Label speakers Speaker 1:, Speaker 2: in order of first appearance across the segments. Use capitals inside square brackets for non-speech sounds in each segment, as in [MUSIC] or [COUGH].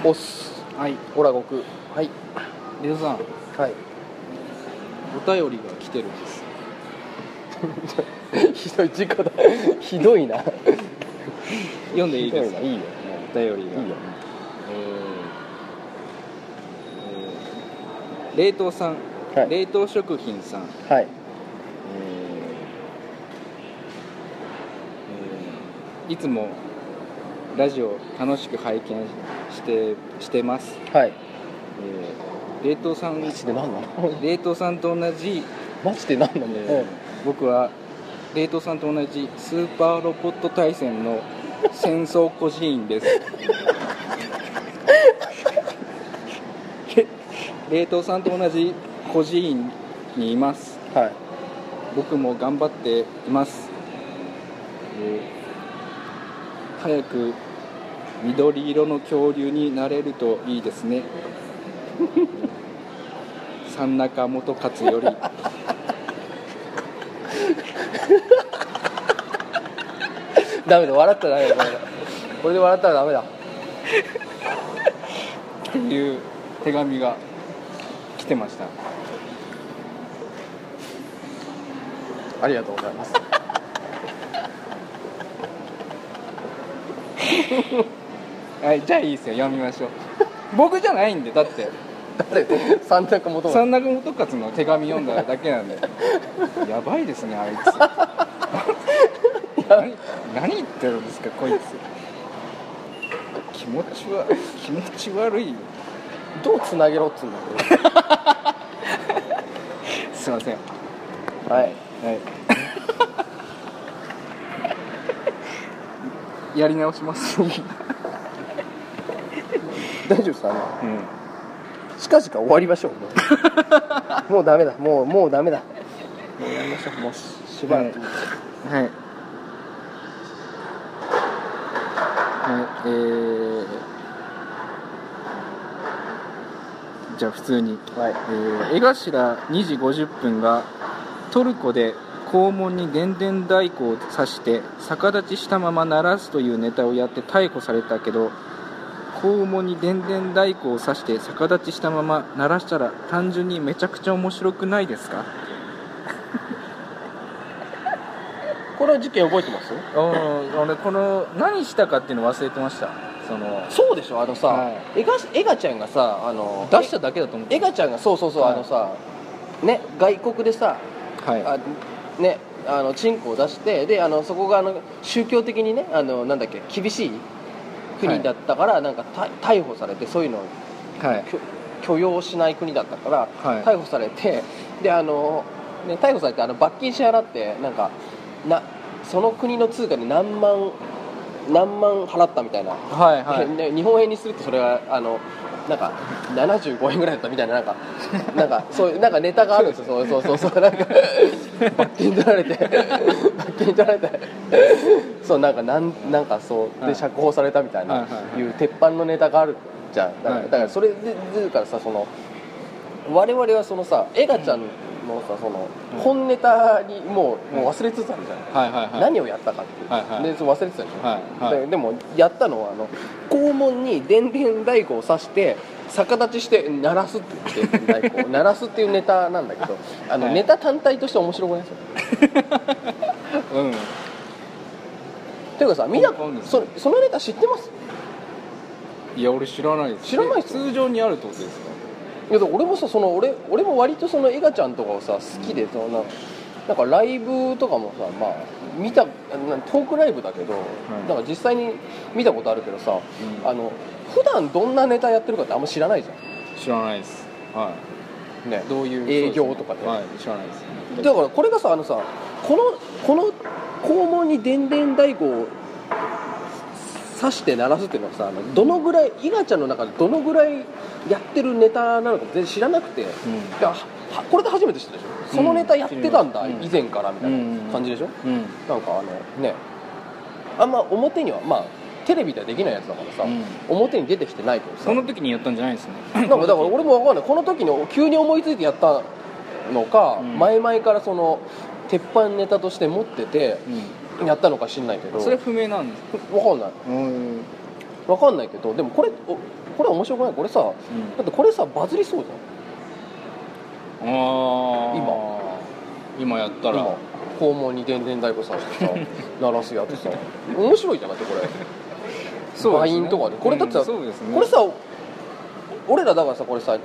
Speaker 1: 押す
Speaker 2: はい
Speaker 1: オラ極はい
Speaker 2: レオさん
Speaker 1: はい
Speaker 2: お便りが来てるんで
Speaker 1: ひ
Speaker 2: す
Speaker 1: どい [LAUGHS] 事故だひどいな
Speaker 2: 読んでいいですか
Speaker 1: ひどいないいよ
Speaker 2: お便り
Speaker 1: いい
Speaker 2: が
Speaker 1: よ
Speaker 2: えーえー冷凍さん、
Speaker 1: はい
Speaker 2: 冷凍食品さん、え
Speaker 1: はい
Speaker 2: ーえーいつもラジオ楽しく拝見してしてます、
Speaker 1: はい
Speaker 2: えー冷凍さん
Speaker 1: マジで何なの
Speaker 2: 冷凍さんと同じ、
Speaker 1: [LAUGHS] マジで何な
Speaker 2: え
Speaker 1: の
Speaker 2: ー
Speaker 1: うん
Speaker 2: 僕は冷凍さんと同じスーパーロボット対戦の戦争孤児院 [LAUGHS] ですれ冷凍さんと同じ孤児院にいます
Speaker 1: はい
Speaker 2: 僕も頑張っています、えー早く緑色の恐竜になれるといいです [LAUGHS] ね三中元勝より
Speaker 1: ダメだ笑ったらダメだこれこれで笑ったらダメだ
Speaker 2: っていう手紙が来てました
Speaker 1: ありがとうございます
Speaker 2: はいじゃあいいですよ読みま [LAUGHS] しょう僕じゃないんでだって
Speaker 1: 誰三択元々
Speaker 2: 三中元勝の手紙読んだだけなんでやばいですねあいつ何何言ってるんですかこいつ気持ちは気持ち悪いよ
Speaker 1: どうつなげろっつうんだ
Speaker 2: すいません
Speaker 1: けど [LAUGHS] はい
Speaker 2: はい [LAUGHS] やり直します、うん、
Speaker 1: 大丈夫ですあの近々終わりま [LAUGHS] しょうもうもうダメだもうもうダメだもうやりましょうもうししばらく、
Speaker 2: ははい。はい、えー、じゃあ普通に。
Speaker 1: はい
Speaker 2: えー江頭2時50分がトルコで肛門に電電太鼓を刺して逆立ちしたまま鳴らすというネタをやって逮捕されたけど肛門に電電太鼓を刺して逆立ちしたまま鳴らしたら単純にめちゃくちゃ面白くないですか
Speaker 1: この事件覚えてます
Speaker 2: うん俺この何したかっていうの忘れてましたその
Speaker 1: そうでしょあのさ、
Speaker 2: は
Speaker 1: エガエガちゃんがさあの
Speaker 2: 出しただけだと思っ
Speaker 1: エ
Speaker 2: て
Speaker 1: ガちゃんがそうそうそう、
Speaker 2: はい
Speaker 1: あのさね外国でさ
Speaker 2: はい
Speaker 1: あねあのチンコを出してであのそこがあの宗教的にねあのなんだっけ厳しい国だったから、なんかた逮捕されてそういうのを
Speaker 2: はい
Speaker 1: 許許容しない国だったから、
Speaker 2: はい
Speaker 1: 逮捕されてであの、ね、逮捕されてあの罰金支払ってなんかなその国の通貨に何万何万払ったみたいな、
Speaker 2: はいはい
Speaker 1: ね日本円にするとそれはあのなんか75円ぐらいだったみたいななん
Speaker 2: [LAUGHS]
Speaker 1: かなんかそういうなんかネタがあるんですよそうそうそうそうなんか罰金取ら
Speaker 2: [LAUGHS]
Speaker 1: れて罰金取られてそうなんかなんなんかそう
Speaker 2: は
Speaker 1: で
Speaker 2: い
Speaker 1: 釈放されたみたい
Speaker 2: はい
Speaker 1: な
Speaker 2: はいはい
Speaker 1: いう鉄板のネタがあるじゃんだから,、
Speaker 2: はい
Speaker 1: だからそれでだからさその我々はそのさエガちゃんのさその
Speaker 2: うん
Speaker 1: 本ネタにもう,、もう忘れつつあるじゃん、
Speaker 2: はいはいはい
Speaker 1: 何をやったかっていう、
Speaker 2: はいはい
Speaker 1: でそう忘れてたでしょ、
Speaker 2: はいはい
Speaker 1: ででもやったのはあの肛門に電電太鼓を刺して逆立ちして鳴らすっていう電電太鼓を [LAUGHS] 鳴らすっていうネタなんだけどあの、
Speaker 2: はい
Speaker 1: ネタ単体として面白くないですよ
Speaker 2: うん
Speaker 1: というかさみんな
Speaker 2: ポンポンです
Speaker 1: そそのネタ知ってます
Speaker 2: いや俺知らないです
Speaker 1: 知らない
Speaker 2: え
Speaker 1: っすよ
Speaker 2: 通常にあるってことですか
Speaker 1: いやでも俺もさその俺俺も割とそのエガちゃんとかをさ好きでそのなんかなんかライブとかもさまあ見たなんトークライブだけど、
Speaker 2: い
Speaker 1: なんか実際に見たことあるけどさ、
Speaker 2: うん
Speaker 1: あの普段どんなネタやってるかってあんま知らないじゃ
Speaker 2: 知らないですは
Speaker 1: んね
Speaker 2: いどういう
Speaker 1: 営業
Speaker 2: そうですね
Speaker 1: とかで
Speaker 2: はい知らないです
Speaker 1: だからこれがさあのさこのこの肛門に電電太鼓を刺して鳴らすっていうのはさあのどのぐらいイガちゃんの中でどのぐらいやってるネタなのか全然知らなくて、いやはこれで初めて知ったでしょそのネタやってたんだ、
Speaker 2: うん
Speaker 1: 以前からみたいな感じでしょ、
Speaker 2: うん
Speaker 1: なんかあのねあんま表にはまあテレビではできないやつだからさ、
Speaker 2: うん
Speaker 1: 表に出てきてないけどさ
Speaker 2: その時にやったんじゃないですね
Speaker 1: なんかだから俺も分かんないこの時に急に思いついてやったのか、
Speaker 2: うん
Speaker 1: 前々からその鉄板ネタとして持ってて
Speaker 2: う
Speaker 1: やったのか知んないけど
Speaker 2: んそれ不明なんです
Speaker 1: 分かんない
Speaker 2: うん
Speaker 1: わかんないけどでもこれおこれ面白くないこれさだ
Speaker 2: うん
Speaker 1: ってこれさバズりそうじ
Speaker 2: ああ今今やった
Speaker 1: ゃん
Speaker 2: ら
Speaker 1: 今肛門にでんでん太鼓さ
Speaker 2: [LAUGHS]
Speaker 1: してさ鳴らすやつさ面白いじゃなくてこれ
Speaker 2: そうですね
Speaker 1: バインとかでこれだってさ
Speaker 2: うんそうですね
Speaker 1: これさ俺らだからさこれさ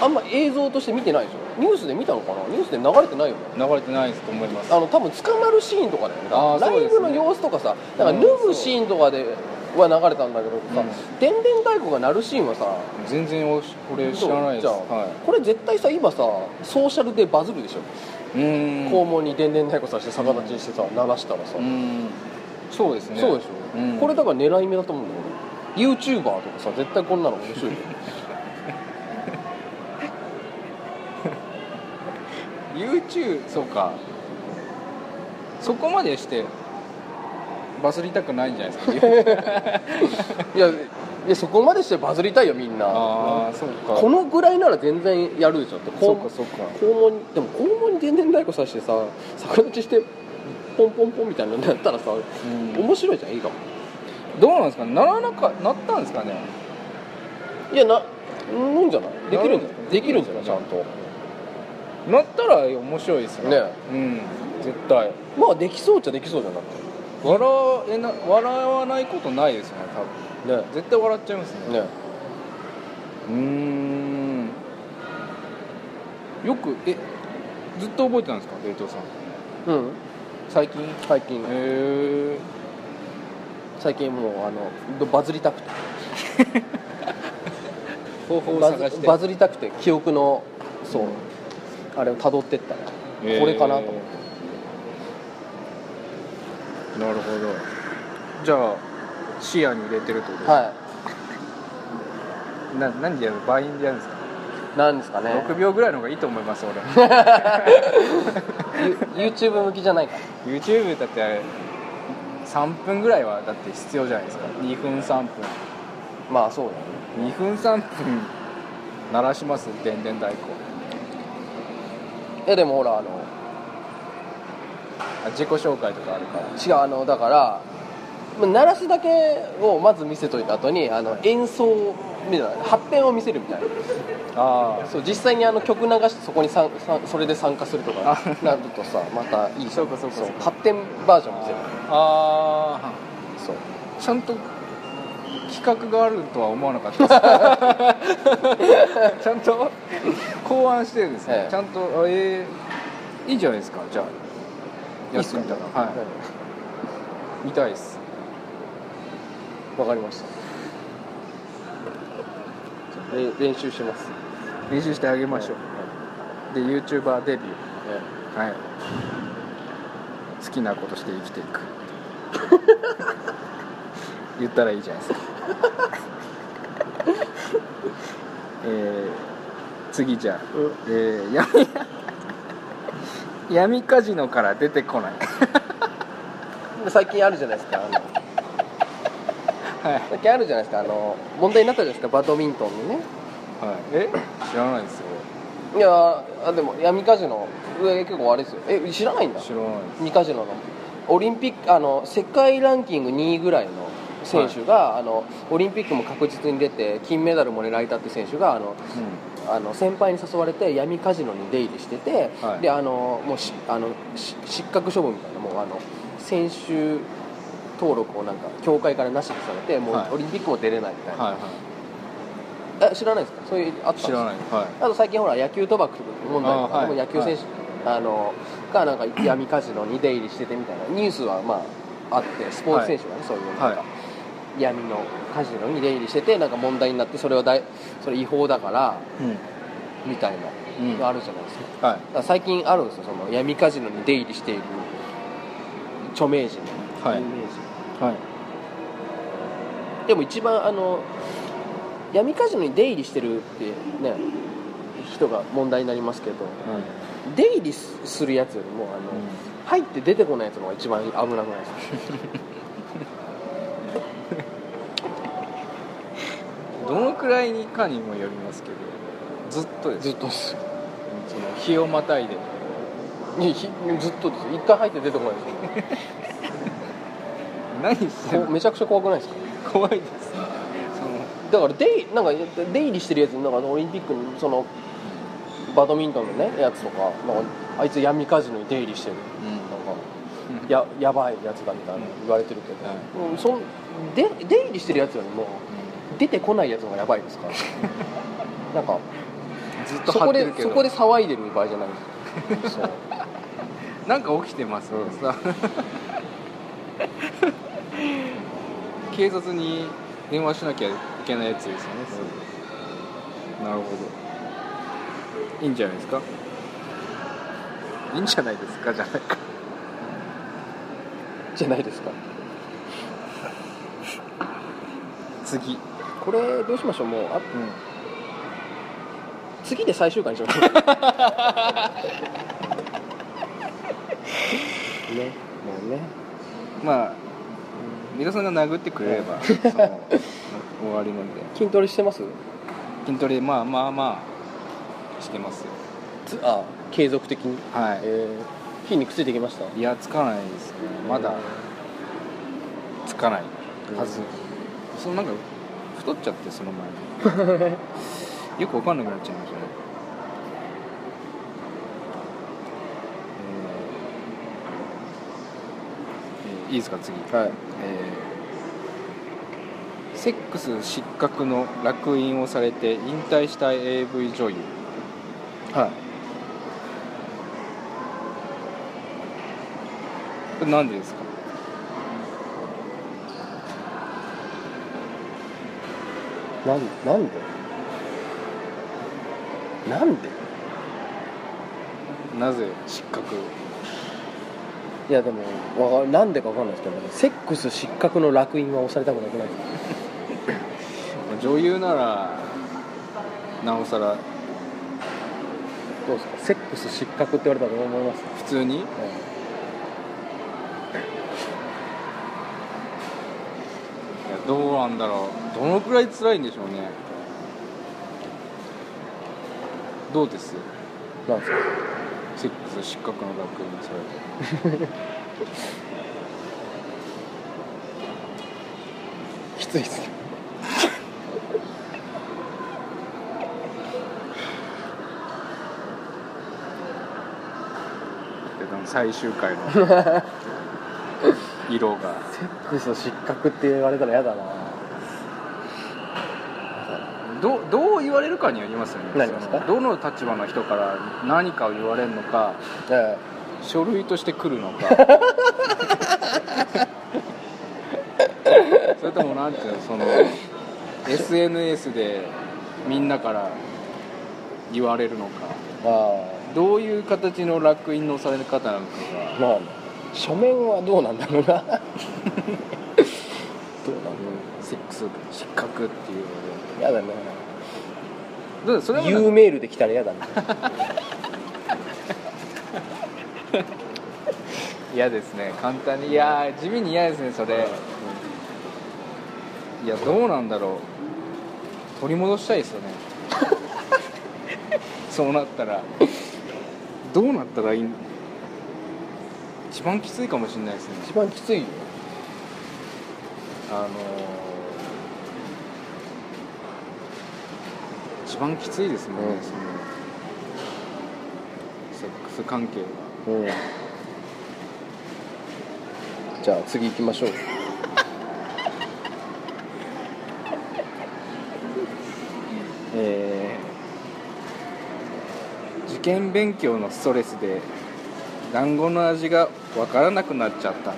Speaker 1: あんま映像として見てないでしょニュースで見たのかなニュースで流れてないよね
Speaker 2: 流れてないと思います
Speaker 1: あの多分捕まるシーンとかだよねだから
Speaker 2: あーそう
Speaker 1: ラ
Speaker 2: で
Speaker 1: イブ
Speaker 2: すね
Speaker 1: の様子とかさだから
Speaker 2: うん
Speaker 1: 脱ぐシーンとかでは流れたんだけどさ、
Speaker 2: うん
Speaker 1: でんでん太鼓が鳴るシーンはさ
Speaker 2: 全然おし俺知らないです
Speaker 1: じゃあ
Speaker 2: は
Speaker 1: これ絶対さ今さソーシャルでバズるでしょ、
Speaker 2: いうーん
Speaker 1: 肛門にでんでん太鼓さして逆立ちにしてさ鳴らしたらさ、
Speaker 2: うーんそうですね
Speaker 1: そうでしょ、
Speaker 2: うん
Speaker 1: これだから狙い目だと思うんだよ俺 YouTuber とかさ絶対こんなの面白いよ
Speaker 2: YouTube そうかそこまでしてバズりたくないんじゃないですか
Speaker 1: [LAUGHS] いやいやそこまでしてバズりたいよみんな
Speaker 2: ああそうか
Speaker 1: このぐらいなら全然やるでしょって肛
Speaker 2: そうかそうか
Speaker 1: 肛門にでも肛門に天然太鼓さしてさ逆立ちしてポンポンポンみたいなのやったらさ
Speaker 2: うん
Speaker 1: 面白いじゃんいいかも
Speaker 2: どうなんですかならなかなったんですかね
Speaker 1: いやなうんじゃないできるんじゃ
Speaker 2: な
Speaker 1: な
Speaker 2: る
Speaker 1: いできるんじゃないちゃんと
Speaker 2: なったら面白いですよ
Speaker 1: ね
Speaker 2: うん絶対
Speaker 1: まあできそうっちゃできそうじゃなくて
Speaker 2: 笑えな笑わないことないですよね多分
Speaker 1: ね
Speaker 2: 絶対笑っちゃいますね
Speaker 1: ね
Speaker 2: うーんよくえずっと覚えてたんですか冷凍さん
Speaker 1: うん
Speaker 2: 最近へ
Speaker 1: 最近
Speaker 2: え
Speaker 1: 最近もうあのバズりたくて
Speaker 2: 方法を
Speaker 1: バ
Speaker 2: 探し
Speaker 1: ズ
Speaker 2: て
Speaker 1: バズりたくて記憶のそう
Speaker 2: うん
Speaker 1: あれを辿ってったら
Speaker 2: へー
Speaker 1: これかなと思って
Speaker 2: なるほどじゃあ視野に入れてるってことです
Speaker 1: は
Speaker 2: かな何でやるバインでやるんですか
Speaker 1: いなんですかね
Speaker 2: 6秒ぐらいの方がいいと思います俺 [LAUGHS]
Speaker 1: ゆ YouTube 向きじゃないか
Speaker 2: YouTube だってあれ3分ぐらいはだって必要じゃないですか2分3分
Speaker 1: まあそうだね
Speaker 2: 2分3分鳴らしますでんでん太鼓
Speaker 1: いやでもほらあの
Speaker 2: あ自己紹介とかあるから
Speaker 1: 違うあのだからまあ鳴らすだけをまず見せといた後にあの演奏みたいな発展を見せるみたいな
Speaker 2: あ
Speaker 1: そう実際にあの曲流してそこにさんさんそれで参加するとか
Speaker 2: あ
Speaker 1: なるとさまたいいじゃん
Speaker 2: そうかそうかそうか
Speaker 1: 発展バージョン見せる
Speaker 2: あ
Speaker 1: そう
Speaker 2: ーちゃんと企画があるとは思わなか [LAUGHS] ったですちゃんと考案してるんですね、
Speaker 1: ええ
Speaker 2: ちゃんとあえーいいじゃないですかじゃあやってみたらはい、見たいです
Speaker 1: わかりましたれ練習します
Speaker 2: 練習してあげましょう、で YouTuber デビュ
Speaker 1: え
Speaker 2: ーはい好きなことして生きてい [LAUGHS] く言ったらいいじゃない [LAUGHS] ですかえー次じゃあ、
Speaker 1: うん
Speaker 2: えー闇 [LAUGHS] 闇カジノから出てこない
Speaker 1: え最近あるじゃないですかあの
Speaker 2: はい、
Speaker 1: 最近あるじゃないですかあの問題になったじゃないですかバドミントンのね
Speaker 2: はい、え知らないですよ
Speaker 1: いやーあでも闇カジノえ結構あれですよえ知らないんだ
Speaker 2: 知らないです
Speaker 1: 2カジノのオリンピックあの世界ランキング2位ぐらいの選手が、あのオリンピックも確実に出て金メダルも狙えたって選手があのあの先輩に誘われて闇カジノに出入りしてて、
Speaker 2: はい
Speaker 1: であのもうしあのし失格処分みたいなもうあの選手登録をなんか協会からなしにされてもう、
Speaker 2: はい
Speaker 1: オリンピックも出れないみたいな、
Speaker 2: はいは
Speaker 1: え知らないですかそういうあったん
Speaker 2: い
Speaker 1: です
Speaker 2: 知らないは
Speaker 1: あと最近ほら野球賭博とか問題とか
Speaker 2: あーは
Speaker 1: で
Speaker 2: い
Speaker 1: も野球選手、あのがなんか闇カジノに出入りしててみたいなニュースはまああってスポーツ選手がね、そういうなんか、
Speaker 2: は
Speaker 1: 闇のカジノに出入りしててなんか問題になってそれはだいそれ違法だから
Speaker 2: いうん
Speaker 1: みたいなのあるじゃないですか,、
Speaker 2: はい
Speaker 1: だから最近あるんですよその闇カジノに出入りしている著名人、
Speaker 2: はい
Speaker 1: 有名
Speaker 2: はい
Speaker 1: 人でも一番あの闇カジノに出入りしてるってね人が問題になりますけど、出入りするやつよりもあの、入って出てこないやつの方が一番危なくないですか
Speaker 2: どのくらいにかにもよりますけどずっとです
Speaker 1: [LAUGHS] ずっとです
Speaker 2: その日をまたいで
Speaker 1: いやひずっとです一回入って出てこないです
Speaker 2: 何して
Speaker 1: よ
Speaker 2: ん
Speaker 1: こう
Speaker 2: の
Speaker 1: [LAUGHS] めちゃくちゃ怖くないですか
Speaker 2: 怖いです
Speaker 1: だから出入なんか出入りしてるやつなんかオリンピックのそのバドミントンのねやつとかなんかあいつ闇カジノに出入りしてるなんかややばいやつだみたいな言われてるけど、うん、そんで出入りしてるやつよりも出てこないやつの方がやばい
Speaker 3: [LAUGHS]
Speaker 1: ですからなんか
Speaker 3: ずっと
Speaker 1: そ
Speaker 3: 張
Speaker 1: こ
Speaker 3: って
Speaker 1: で
Speaker 3: るけ
Speaker 1: そ
Speaker 3: ど
Speaker 1: こで騒いでる場合じゃないです
Speaker 3: [LAUGHS]
Speaker 1: そう
Speaker 3: なんか起きてますね、
Speaker 1: うん
Speaker 3: さ
Speaker 2: [LAUGHS] 警察に電話しなきゃいけないやつですよね、なるほどいいんじゃないですかいいんじゃないですかじゃないか
Speaker 1: じゃないですか
Speaker 2: 次、
Speaker 1: これどうしましょうもうあ
Speaker 2: う
Speaker 1: 次で最終回にし [LAUGHS] ましょうねもうね
Speaker 2: ん、まあ皆さんが殴ってくれれば [LAUGHS] その終わりなんで
Speaker 1: 筋トレしてます
Speaker 2: 筋トレまあまあまあしてますよ
Speaker 1: つあ継続的に、
Speaker 2: はい
Speaker 1: えー、筋肉ついてきました
Speaker 2: いやつかないですねまだつかないはず、そのなんか太っちゃってその前に
Speaker 1: [LAUGHS]
Speaker 2: よくわかんなくなっちゃいましたね、えーえーいいですか次、
Speaker 1: はい
Speaker 2: えーセックス失格の烙印をされて引退した AV 女優
Speaker 1: はい
Speaker 2: これなんでですか
Speaker 1: なんなんでなんで
Speaker 2: なぜ失格
Speaker 1: いやでもわかなんでかわかんないですけど、ね、セックス失格の烙印は押されたくなくない
Speaker 2: 女優ならなおさら
Speaker 1: どうですかセックス失格って言われたらどう思います、
Speaker 2: 普通にいやどうなんだろうどのくらい辛いんでしょうねどうです
Speaker 1: なんですか
Speaker 2: セックス失格の楽園それ
Speaker 1: きついですね
Speaker 2: であの最終回の
Speaker 1: [LAUGHS]
Speaker 2: 色が
Speaker 1: セックス失格って言われたら嫌だな
Speaker 2: どうどう言われるかによりますよね
Speaker 1: なりますか
Speaker 2: そのどの立場の人から何かを言われるのか
Speaker 1: え
Speaker 2: 書類として来るのかそれともなんていうのその SNS でみんなから言われるのか
Speaker 1: えあ
Speaker 2: どういう形の烙印のされ方なのか
Speaker 1: あ
Speaker 2: が
Speaker 1: まあ書面はどうなんだ [LAUGHS] ろうなどうなんだろ
Speaker 2: セックス失格っていうの
Speaker 1: う嫌だね
Speaker 2: でどうそれはなんか
Speaker 1: U メールで来たら嫌だね
Speaker 2: 嫌ですね簡単にいやー地味に嫌ですねそれ、いやどうなんだろう取り戻したい [LAUGHS] ですよねそうなったらどうなったらいいん一番きついかもしれないですね
Speaker 1: 一番きついよ
Speaker 2: あのー一番きついですもんね、
Speaker 1: うん
Speaker 2: そのセックス関係は
Speaker 1: うんじゃあ次行きま [LAUGHS] しょう
Speaker 2: えー受験勉強のストレスで団子の味が分からなくなっちゃった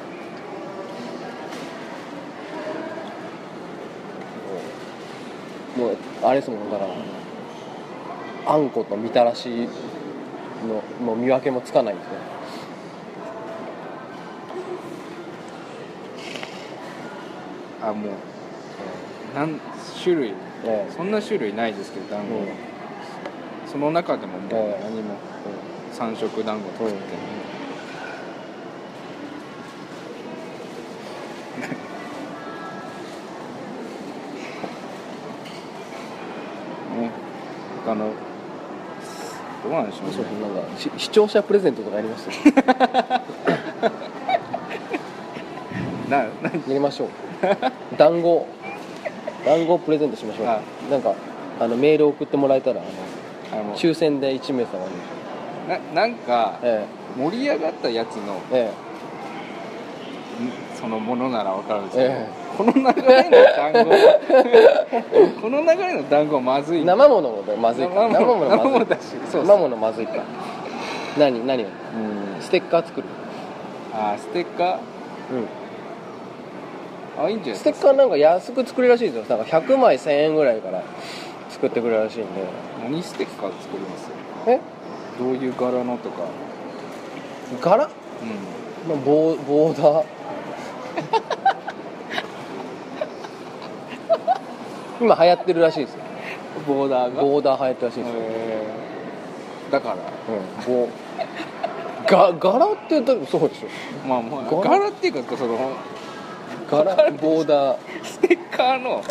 Speaker 1: もうあれですもんだからあんことみたらしのもう見分けもつかないんですね
Speaker 2: あもう何種類
Speaker 1: ええ
Speaker 2: そんな種類ないですけど団子、
Speaker 1: うん
Speaker 2: その中でもも
Speaker 1: え
Speaker 2: う
Speaker 1: え
Speaker 2: 何も三色団子作って、ね他のどうなんでしょう
Speaker 1: そうそう
Speaker 2: ね
Speaker 1: なんかし視聴者プレゼントとかやりますよ
Speaker 2: [LAUGHS] なな
Speaker 1: やりましょう団子団子をプレゼントしましょう
Speaker 2: は
Speaker 1: なんかあのメールを送ってもらえたらあ
Speaker 2: あ
Speaker 1: の
Speaker 2: の
Speaker 1: 抽選で1名様に
Speaker 2: ななんか
Speaker 1: え
Speaker 2: 盛り上がったやつのん
Speaker 1: ええ
Speaker 2: そのものならわかるんですけど、
Speaker 1: え
Speaker 2: この流れの
Speaker 1: [LAUGHS]
Speaker 2: 団子この流れの団子はまず
Speaker 1: え
Speaker 2: い
Speaker 1: 生ものでまずいか
Speaker 2: 生もの
Speaker 1: まずい
Speaker 2: 生ものだしそうそう
Speaker 1: 生ものまずいか何何を
Speaker 2: うん
Speaker 1: ステッカー作る、
Speaker 2: あーステッカーあいいんじゃない
Speaker 1: ステッカーなんか安く作るらしいですよなんか100枚1000円ぐらいから作ってくれるらしいんで
Speaker 2: 何ステッカー作ります
Speaker 1: え
Speaker 2: どういう柄のとか、
Speaker 1: 柄
Speaker 2: う
Speaker 1: まあボーボー
Speaker 2: [LAUGHS]
Speaker 1: ダー今流行ってるらしいですよ
Speaker 2: ん、ボーダーが
Speaker 1: ボーダー流行ってるらしいですよ、
Speaker 2: えーだから
Speaker 1: うん、ボが柄ってだそうでしょ
Speaker 2: まあまあ
Speaker 1: 柄
Speaker 2: 柄っていうかその
Speaker 1: 柄ボーダー
Speaker 2: ステッカーの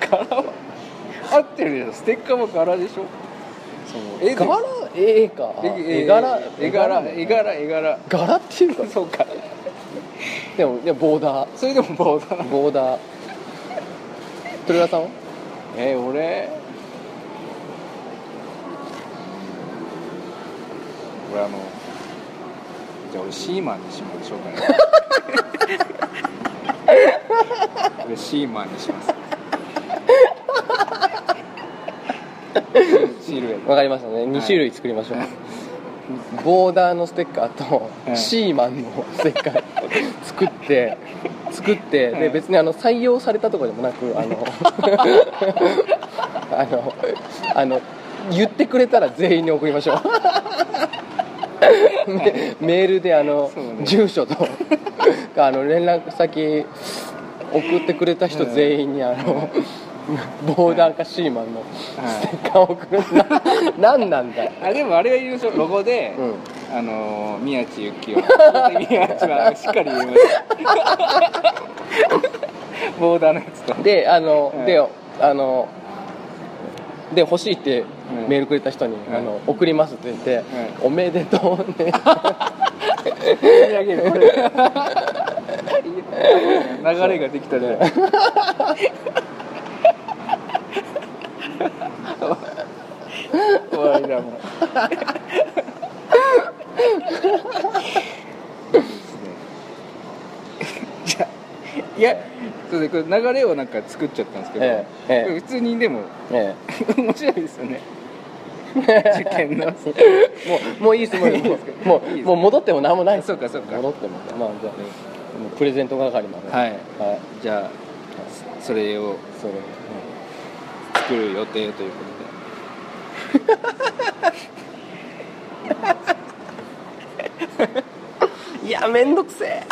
Speaker 2: 柄は合ってるじゃんステッカーも柄でしょその絵で
Speaker 1: 柄絵か
Speaker 2: 絵
Speaker 1: 絵柄
Speaker 2: 絵柄絵柄絵柄
Speaker 1: 柄っていうか
Speaker 2: そうか
Speaker 1: でもいやボーダー
Speaker 2: それでもボーダー
Speaker 1: ボーダー鳥羽さんは
Speaker 2: [LAUGHS] えー俺俺あのじゃあ俺シーマンにしましょう [LAUGHS] かね俺シーマンにし [LAUGHS] ますシルエット
Speaker 1: わかりましたね2種類作りましょう、ボーダーのステッカーと、
Speaker 2: うん
Speaker 1: シーマンのステッカ
Speaker 2: [LAUGHS]
Speaker 1: ー作って作って、
Speaker 2: う
Speaker 1: で
Speaker 2: ん
Speaker 1: 別にあの採用されたとかでもなくあ
Speaker 2: [LAUGHS]
Speaker 1: のあのあの言ってくれたら全員に送りましょ
Speaker 2: [LAUGHS]
Speaker 1: うメメールであの、
Speaker 2: そうね
Speaker 1: 住所とあの連絡先送ってくれた人全員にあの、ボーダーかシーマンのステッカーを送るななんなんだよ、
Speaker 2: あでもあれは言うでしょロゴで、
Speaker 1: うん
Speaker 2: あのー宮地 [LAUGHS] 幸男宮地はしっかり [LAUGHS] 言いましたボーダーのやつと
Speaker 1: であの、
Speaker 2: うん
Speaker 1: であので欲しいって
Speaker 2: うん
Speaker 1: メールくれた人に「
Speaker 2: ん
Speaker 1: あの送ります」って言って「おめでとうね」
Speaker 2: [LAUGHS] 盛り上げるこれ流れができたね終わりだもんいいですねじゃあいやそうでこれ流れをなんか作っちゃったんですけど、
Speaker 1: ええええ
Speaker 2: これ普通にでも
Speaker 1: え
Speaker 2: 面白いですよね受験の
Speaker 1: え [LAUGHS] もうもういいですもういいですもう
Speaker 2: いいです
Speaker 1: もう戻っても何もないです
Speaker 2: そうかそうか
Speaker 1: 戻ってもまあじゃあもうプレゼント係までは
Speaker 2: はい
Speaker 1: はい、
Speaker 2: じゃあそれを
Speaker 1: それ
Speaker 2: 作る予定ということで
Speaker 1: いやめんどくせえ